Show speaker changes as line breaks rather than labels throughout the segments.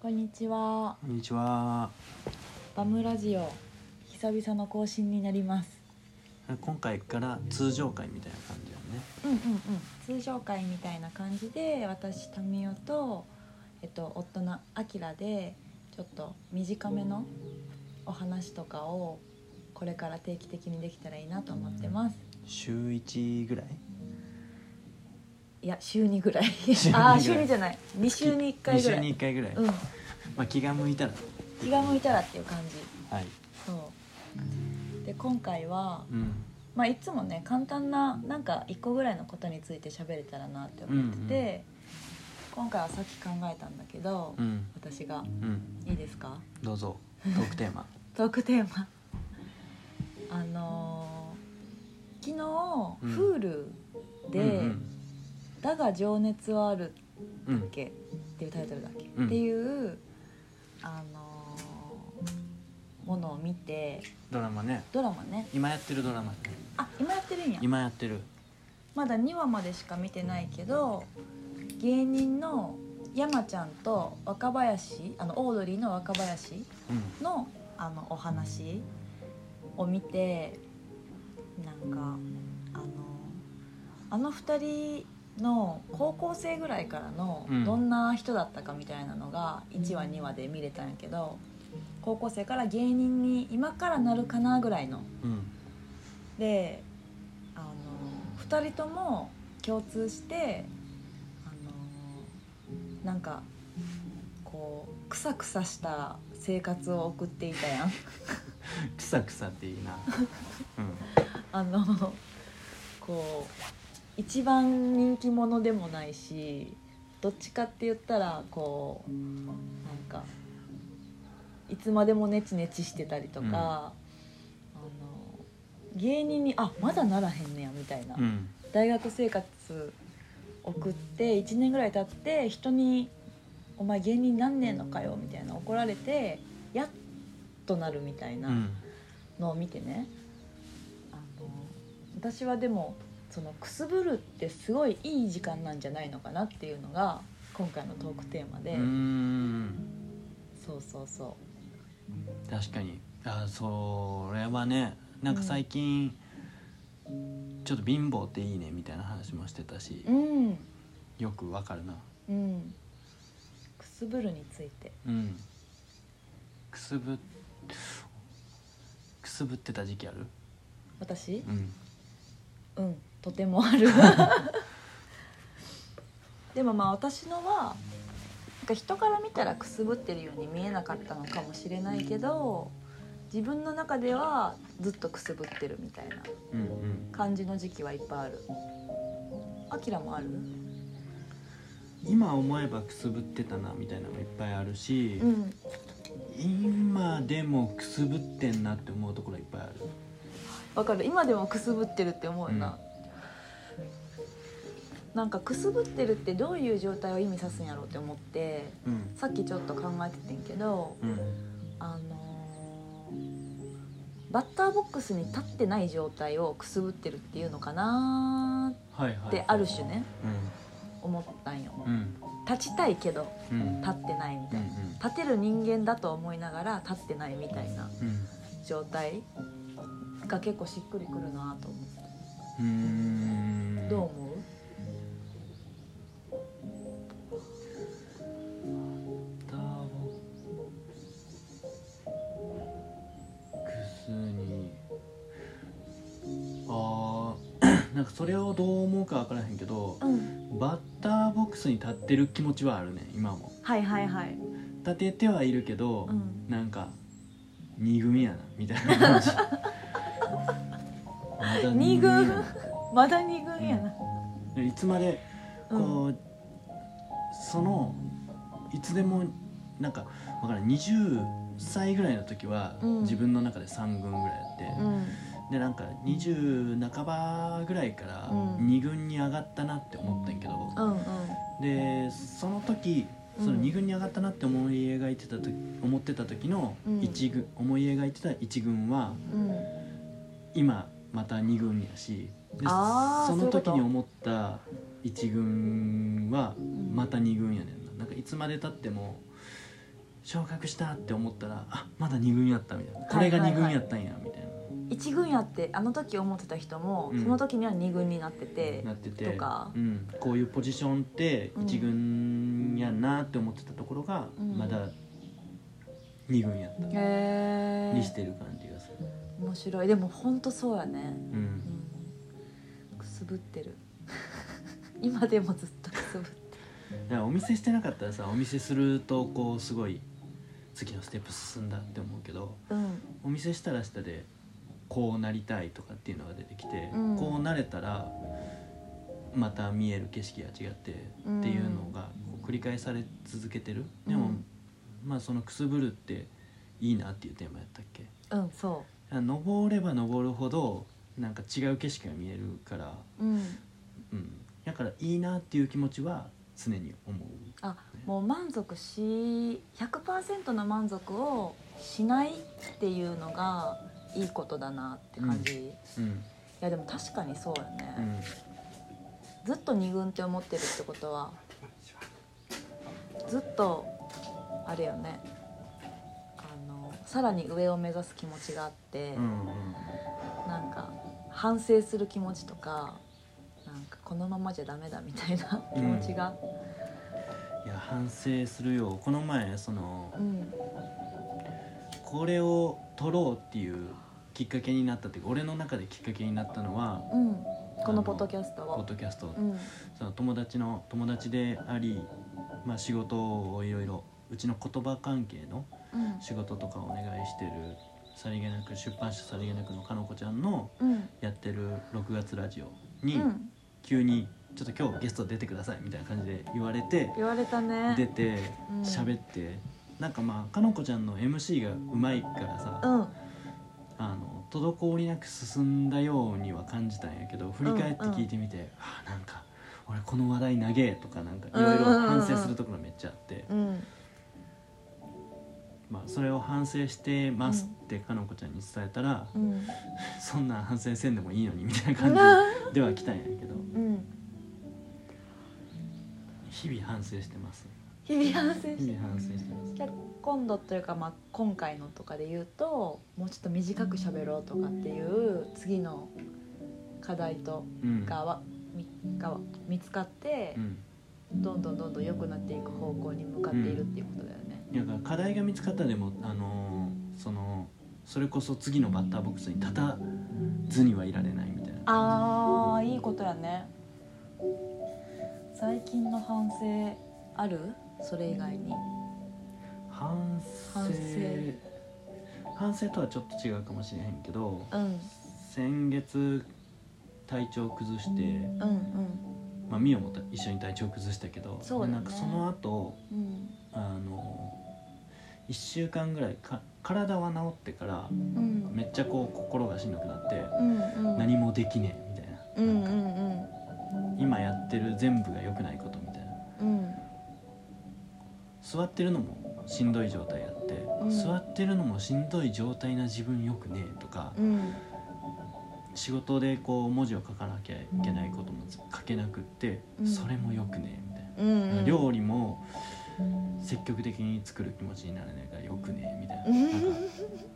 こんにちは
こんにちは。
バムラジオ久々の更新になります
今回から通常回みたいな感じだね。
うんうんうん通常会みたいな感じで私タミオと、えっと、夫のアキラでちょっと短めのお話とかをこれから定期的にできたらいいなと思ってます
週一ぐらい。
いや週2ぐらい
週二ぐらい
ああ週2じゃない2週に1回ぐら
二週に
い
一回ぐらい。
うん
まあ気が向いたら。
気が向いたらっていう感じ
はい。
そうで今回は
うん。
まあ、いつもね簡単ななんか1個ぐらいのことについて喋れたらなって思ってて、今回はさっき考えたんだけど、
うん。
私が
うん。
いいですか
ど うぞ。トークテーマ。
トークテーマあのー昨
うん
日、Hulu で、
うん
だが情熱はある
うん。う
っ
ん。
け」っていうタイトルだっけ、
うん
っていう、あのーものを見て
ドラマね。
ドラマね
今やってるドラマね。
あ今やってるんや
今やってる。
まだ2話までしか見てないけど芸人の山ちゃんと若林あのオードリーの若林
うん。
のあのお話を見てなんかあのあの2人の高校生ぐらいからの
うん
どんな人だったかみたいなのが1話2話で見れたんやけど高校生から芸人に今からなるかなぐらいの
うん。
であの2人とも共通してあのなんかこうクサクサした生活を送っていた やん
くさくさっていい な。
あのこう一番人気者でもないしどっちかって言ったらこうなんかいつまでもネチネチしてたりとか、
うん
あの芸人に「あまだならへんねや」みたいな。
うん。うん。。
大学生活送って1年ぐらい経って人に「お前芸人なんねんのかよ」みたいな怒られてやっとなるみたいうなんのを見てね、あの私はでもそのくすぶるってすごいいい時間なんじゃないのかなっていうのが今回のトークテーマ
う
で、
ーん。
そうそうそ
確かに。あ、それはね。なんか最近。ちょっと貧乏っていいねみたいな話もしてたし
う。うん
よくわかるな。
うんくすぶるについて
うんくすぶくすぶってた時期ある
私
うん
うんとてもある でもまあ私のはなんか人から見たらくすぶってるように見えなかったのかもしれないけど自分の中ではずっとくすぶってるみたいな
うんうん
感じの時期はいっぱいあるあきらもある
今思えばくすぶってたなみたいなのもいっぱいあるし、
うん
今でもくすぶってんなって思うところいっぱいある
わかる今でもくすぶってるって思うな、なんかくすぶってるってどういう状態を意味さすんやろうって思って
うん
さっきちょっと考えててんけど
うん
あのーバッターボックスに立ってない状態をくすぶってるっていうのかな
はいはい
ーってある種ね
う
思ったんよ
んうん
立ちたいけど
うんうん
立ってないみ
う
たいなん立てる人間だと思いながら立ってないみたいな
うん
状態が結構しっくりくるなと思
うーん
うどう思う
ターボックスにあー なんかそれをどう思うか分からへんけど
うん
バッターボックスに立ってる気持ちはあるね今も
はいはいはい
立ててはいるけど、
うん
なんか二軍やなみたいな 感じまだ
二
や
軍
な
まだ二軍やな
でいつまでこう、
うん
そのいつでもなんかわからん20歳ぐらいの時は、
うん
自分の中で3軍ぐらいやって、
うん
でなんか20半ばぐらいから
うん
2軍に上がったなって思ったんやけど、
うんうん
でその時その
うん
2軍に上がったなって思い描いてた時思ってた時の
うん
一軍、思い描いてた1軍は
うん
今また2軍やしで
あー
その時
そう
に
いうこと
思った1軍は
うん
また2軍やねんななんかいつまでたっても昇格したって思ったらあまだ2軍やったみたいなこれが2軍やったんやみたいな、
一軍やってあの時思ってた人も、
うん
その時には二軍になってて
なってて
とか
うん、こういうポジションって
うん
1軍やなって思ってたところが、
うん
まだ2軍やった
へえ
にしてる感じがする、
面白いでも本当そうやね、
う、
うんん、くすぶってる 今でもずっとくすぶってる
だからお見せしてなかったらさお見せするとこうすごい次のステップ進んだって思うけど
うん
お見せしたらしたでこうなりたいとかっていうのが出てきて、
うん
こうなれたらまた見える景色が違って
うん
っていうのがこう繰り返され続けてる、
うん
でもまあそのくすぶるっていいなっていうテーマやったっけ
うんそ
あ登れば登るほどなんか違う景色が見えるから、
ううん
うん、だからいいなっていう気持ちは常に思う
あもう満足し100%の満足をしないっていうのがいいことだなって感じ、い、
うん
やでも確かにそうよね、
うん
ずっと二軍って思ってるってことはずっとあれよねあのさらに上を目指す気持ちがあって、
うん
なんか反省する気持ちとかなんかこのままじゃダメだみたいな気持ちが、
いや反省するよこの前その
うん
これを撮ろうっていうきっかけになったっていうか俺の中できっかけになったのは
うんこ
あ
の
の
ポッドキャスト
ポッ
を。
ドキャスト、
うん
その友達の友達であり、まあ、仕事をいろいろうちの言葉関係の
うん
仕事とかお願いしてるさりげなく出版社さりげなくのかのこちゃんの
うん
やってる6月ラジオに
うん、
急に「ちょっと今日ゲスト出てください」みたいな感じで言われて
言われたね
出て
うん
喋ってなんかまあかのこちゃんの MC がうまいからさ
うんうん
あの滞りなく進んだようには感じたんやけど振り返って聞いてみて、あなんか俺この話題長えとかなんかいろいろ反省するところめっちゃあって、
うん
まあ、それを反省してますってかのこちゃんに伝えたら、
うん
そんなん反省せんでもいいのにみたいな感じでは来たんやけど
うん
日々反省してます
日々反省して
日々反省してます
じゃあ今度というか、まあ、今回のとかで言うともうちょっと短く喋ろうとかっていう次の課題と
うん
かは、みが見つかって
う、ん
どんどんどんどん良くなっていく方向に向かっているっていうことだよね。
だから課題が見つかったでもあのーそのそれこそ次のバッターボックスに立たずにはいられないみたいな
あーいいことやね。最近の反省あるそれ以外に。
反省
反
反
省
省とはちょっと違うかもしれへんけど
うん
先月体調崩して、
うんうん
まあ、ミオもた一緒に体調崩したけど
そうだね
なんかその後
うん
あの1週間ぐらいか体は治ってから
うん
めっちゃこう心がしんどくなって
うんうん
何もできねえみたいな,、
うんう
なんか
んうん
今やってる全部が良くないことみたいな
うん
座ってるのもしんどい状態やって、
ん
座ってるのもしんどい状態な自分よくねえとか、
うん
仕事でこう文字を書かなきゃいけないことも書けなくって、
うん
それもよくねえみたいな、
うんうん
料理も積極的に作る気持ちになれないからよくねえみたいな,、なんか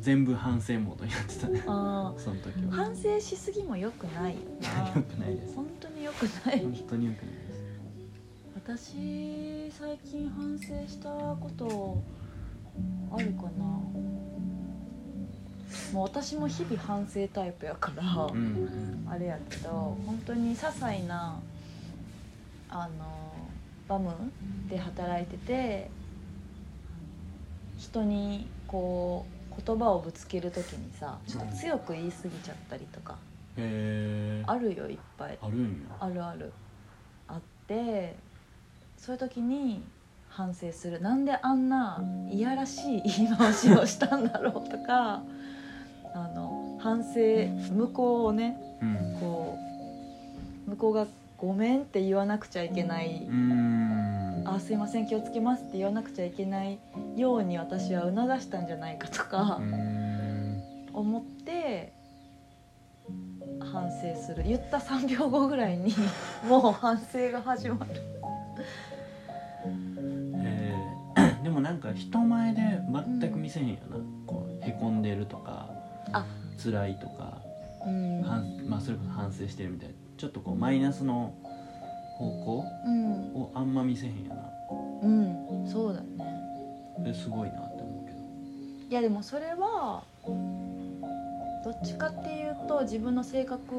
全部反省モードになってたね
あ
その時
ー
は
反省しすぎも良くないよな
よくないです
本当に良くない
本当によくないです
私最近反省したことあるかなもう私も日々反省タイプやから、
うんうん
あれやけど本当に些細なあのバムで働いてて人にこう言葉をぶつける時にさちょっと強く言い過ぎちゃったりとか
へえ
あるよいっぱい
あるんや
あるあるあってそういう時に反省するなんであんないやらしい言い回しをしたんだろうとかあの反省向こうをね
うん
こう向こうが「ごめん」って言わなくちゃいけない「
うん
あすいません気をつけます」って言わなくちゃいけないように私は促したんじゃないかとか
うん
思って反省する言った3秒後ぐらいにもう反省が始まる
えー でもなんか人前で全く見せへんよな、こうへこんでるとか
あ
辛いとか、
うん
反まあ、それこそ反省してるみたいなちょっとこうマイナスの方
うん
向をあんま見せへんよ
うんそうだね
なですごいなって思うけど
いやでもそれはどっちかっていうと自分の性格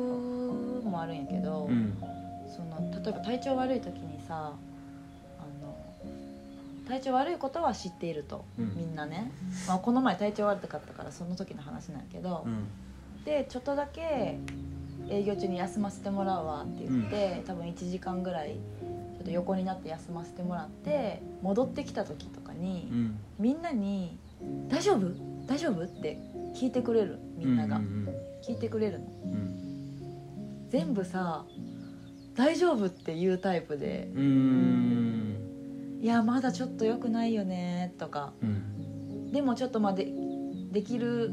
もあるんやけど、
うん
その例えば体調悪い時にさあの体調悪いことは知っていると、
うん
みんなね、まあ、この前体調悪かったからその時の話なんやけど、
うん
でちょっとだけ営業中に休ませてもらうわって言って、多分1時間ぐらいちょっと横になって休ませてもらって戻ってきた時とかに。
うん
みんなに「大丈夫大丈夫?」って聞いてくれるみんなが、
うん
聞いてくれるの
うん
全部さ「大丈夫?」っていうタイプで
うんう
「
ん
いやまだちょっと良くないよね」とか
うん
「でもちょっとまあでできる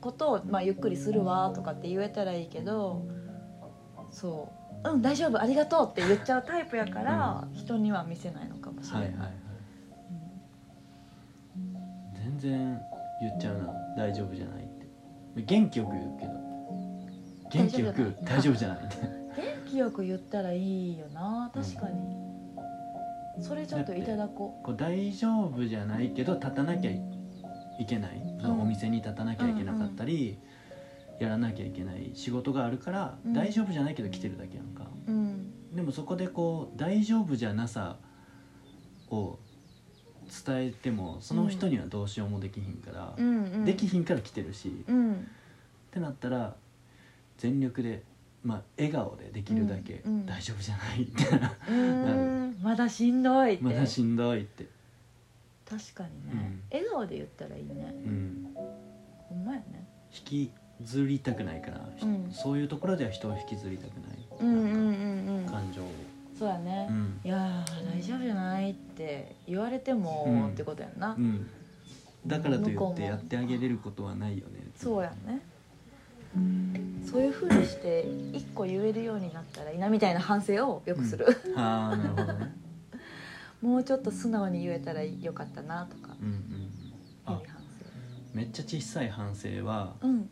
ことを、まあ、ゆっくりするわ」とかって言えたらいいけどそう「うん大丈夫ありがとう」って言っちゃうタイプやから、人には見せないのかもしれ
は
ない
はい
い。
はい
うん
全然言っちゃうな大丈夫じゃないって元気よく言うけど元気よく大
大
丈
丈
夫
夫
じゃないって
元気よく言ったらいいよな確かに、それちょっといただこ
こう大丈夫じゃないけど立たなきゃいけない、あのお店に立たなきゃいけなかったり、やらなきゃいけない仕事があるから、
うん
大丈夫じゃないけど来てるだけやんか
ううん
でもそこでこう大丈夫じゃなさを伝えてもその人にはどうしようもできひんから、
うんうん
できひんから来てるし、っ
うん
てなったら全力で、まあ、笑顔でできるだけ、
うんうん
大丈夫じゃな いみたいな
うーんまだしんどいって、
まだしんどいって、
確かにね、
うん
笑顔で言ったらいいね
うん、
ほんまやね
引きずりたくないから、ひ
うん
そういうところでは人を引きずりたくない、なん
ん
か感情を、
そうやね、
うん
いやー大丈夫じゃないって言われても、
うん
ってことやんな、
うんだからとい
向こ
っ
う
て
も
やってあげれることはないよね
そうやねそういうふうにして一個言えるようになったらいいなみたいな反省をよくする、
ああなるほどね
もうちょっと素直に言えたらよかったなとか
うんうんうんあ
いい反
めっちゃ小さい反省は
省うん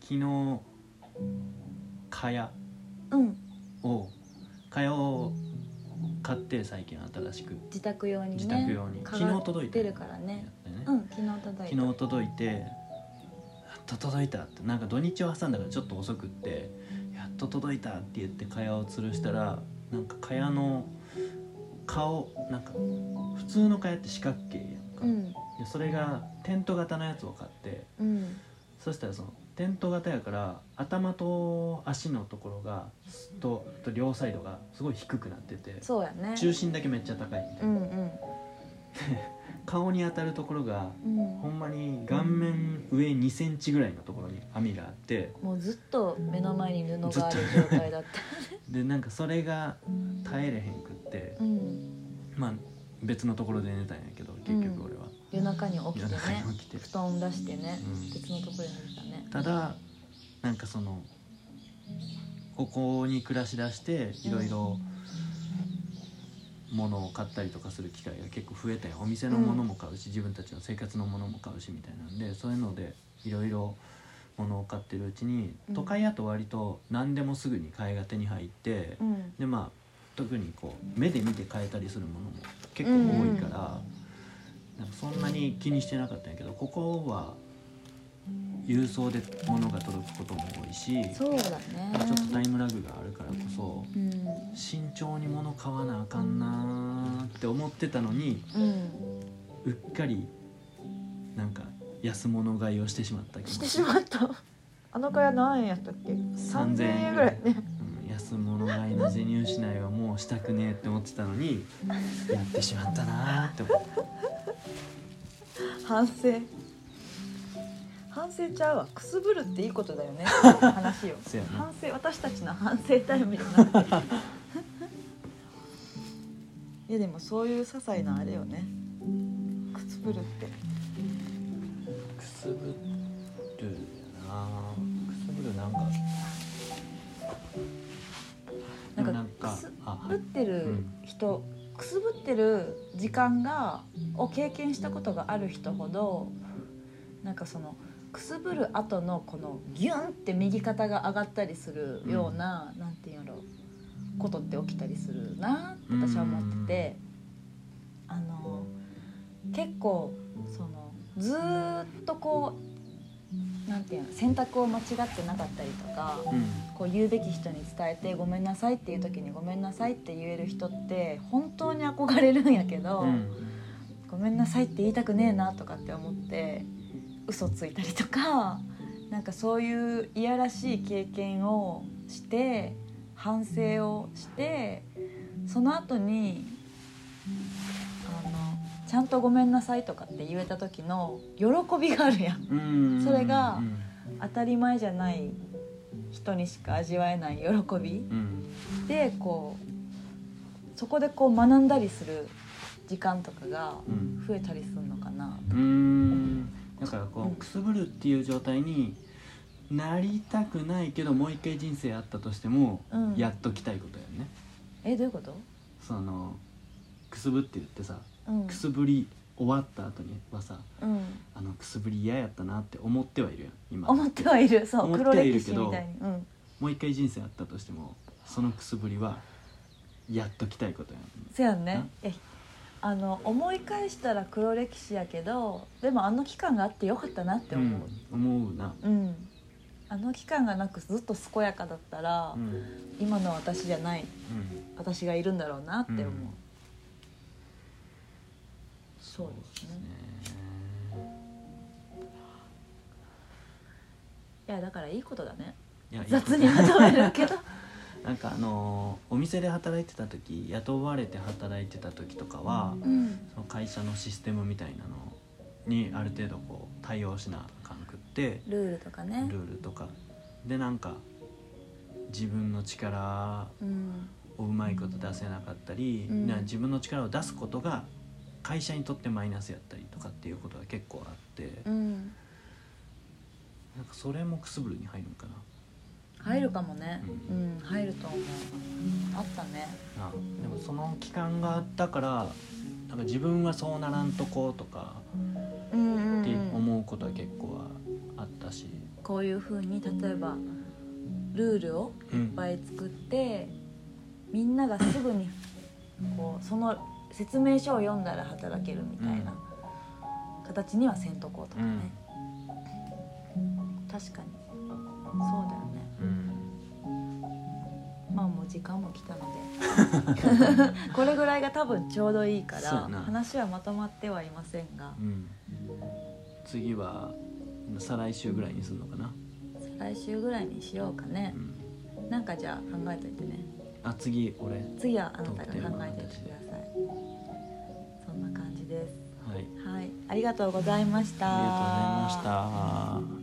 昨日蚊帳
うん
を蚊帳を買って最近新しく
自宅用にね
自宅用に、
蚊
昨
が
日届いた
出
よ
るからね
やったよね
うん昨日届いた
昨日届いてやっと届いたってなんか土日を挟んだからちょっと遅くってやっと届いたって言って蚊帳を吊るしたらなんか蚊帳の顔なんか普通の蚊帳って四角形やんか、
うん
でそれがテント型のやつを買って
うん
そしたらそのテント型やから頭と足のところがすとと両サイドがすごい低くなってて
そうやね
中心だけめっちゃ高いみた
う
いな、
んうん
顔に当たるところが
うん
ほんまに顔面上2センチぐらいのところに網があって
もうずっと目の前に布がある
ずっ
状
と
態だった
でなんかそれが耐えれへんくって
うん
まあ別のところで寝たんやけど結局俺は、
夜中に起きて
夜中
ね
に起きて
布団出してね
うん
別のところに寝たね
ただなんかそのここに暮らしだしていろいろ物を買ったりとかする機会が結構増えたよお店のものも買うし、自分たちの生活のものも買うしみたいなんでそういうのでいろいろ物を買ってるうちに
うん
都会やと割と何でもすぐに買いが手に入って、
うん
でまあ特にこう目で見て変えたりするものも結構多いから、なんかそんなに気にしてなかったんやけどここは郵送で物が届くことも多いしちょっ
そうだ
とタ
ね
イムラグがあるからこそ
うん
慎重に物買わなあかんなーって思ってたのに
うん
うっかりなんか安物買いをしてしまった気
して
持
し
ち、
まった あの蚊帳何円やったっけ3000円ぐらいね
うん、安物買いの授乳しないはもうしたくねえって思ってたのにやってしまったなーって思って。
反省 反省ちゃうわくすぶるっていいことだよ ね話を
そうやな
反省私たちの反省タイムじゃなくて いやでもそういう些細なあれよねくすぶるって
くすぶるやなくすぶるなんか
な
でも
んかくす
あは
ぶっ
い
てる人、くくすぶってる時間がを経験したことがある人ほどなんかそのくすぶる後のこのギュンって右肩が上がったりするような、なんていうんやろことって起きたりするなって私は思ってて、あの結構そのずーっとこうなんていうの選択を間違ってなかったりとか。
うん
こう言うべき人に伝えてごめんなさいっていう時にごめんなさいって言える人って本当に憧れるんやけど、
うん
ごめんなさいって言いたくねえなとかって思って嘘ついたりとかなんかそういういやらしい経験をして反省をしてその後にあのちゃんとごめんなさいとかって言えた時の喜びがあるやん
うん
それが
うん
当たり前じゃない人にしか味わえない喜び
うん
でこうそこでこう学んだりする時間とかが
うん
増えたりするのかな
うーんだからこう、
うん
くすぶるっていう状態になりたくないけどもう一回人生あったとしても、
うん
やっときたいことやね
えどういうこと、
そのくすぶって言ってさ
うん
くすぶり終わった後にはさ
うん、
あのくすぶり嫌やったなって思ってはいるやん今
思ってはいるそう
思っ
黒
てはい
歴
るけ
史
ど
みたいに、うん、
もう一回人生あったとしてもそのくすぶりはやっときたいことやん
そうやんねいやあの思い返したら黒歴史やけどでもあの期間があってよかったなって思う、
うん、思うな、
うんあの期間がなくずっと健やかだったら、
うん
今の私じゃない
うん
私がいるんだろうなって思う、
うん
そうですねいやだからいいことだね
いやいいこと
雑にまとめるけど
なんかあのーお店で働いてた時雇われて働いてた時とかは
うん
その会社のシステムみたいなのにある程度こう対応しなあかんくって
ルールとか
ル
ね
ールとかでなんか自分の力
うん
をうまいこと出せなかったり、
うん
な自分の力を出すことが会社にとってマイナスやったりとかっていうことが結構あって、
うん
なんかそれもくすぶるに入るんかな。
入るかもね
う
うん、入ると思うあったね
なでもその期間があったからなんか自分はそうならんとこうとか
うんうん、
って
うん、
思うことは結構はあったし、
こういうふうに例えばルールを
う
いっ
ん
ぱい作ってみんながすぐにこうその説明書を読んだら働けるみたいな形にはせんとこうとかね、確かにそうだよね
うん
まあもう時間も来たの でこれぐらいが多分ちょうどいいから
そうやな
話はまとまってはいませんが
うん次は再来週ぐらいにするのかな、
来週ぐらいにしようかね
うん、
なんかじゃあ考えといてね
あ次俺は
次はあなたが考えておいてくださいそんな感じです
い
はいありがとうございました
ありがとうございました。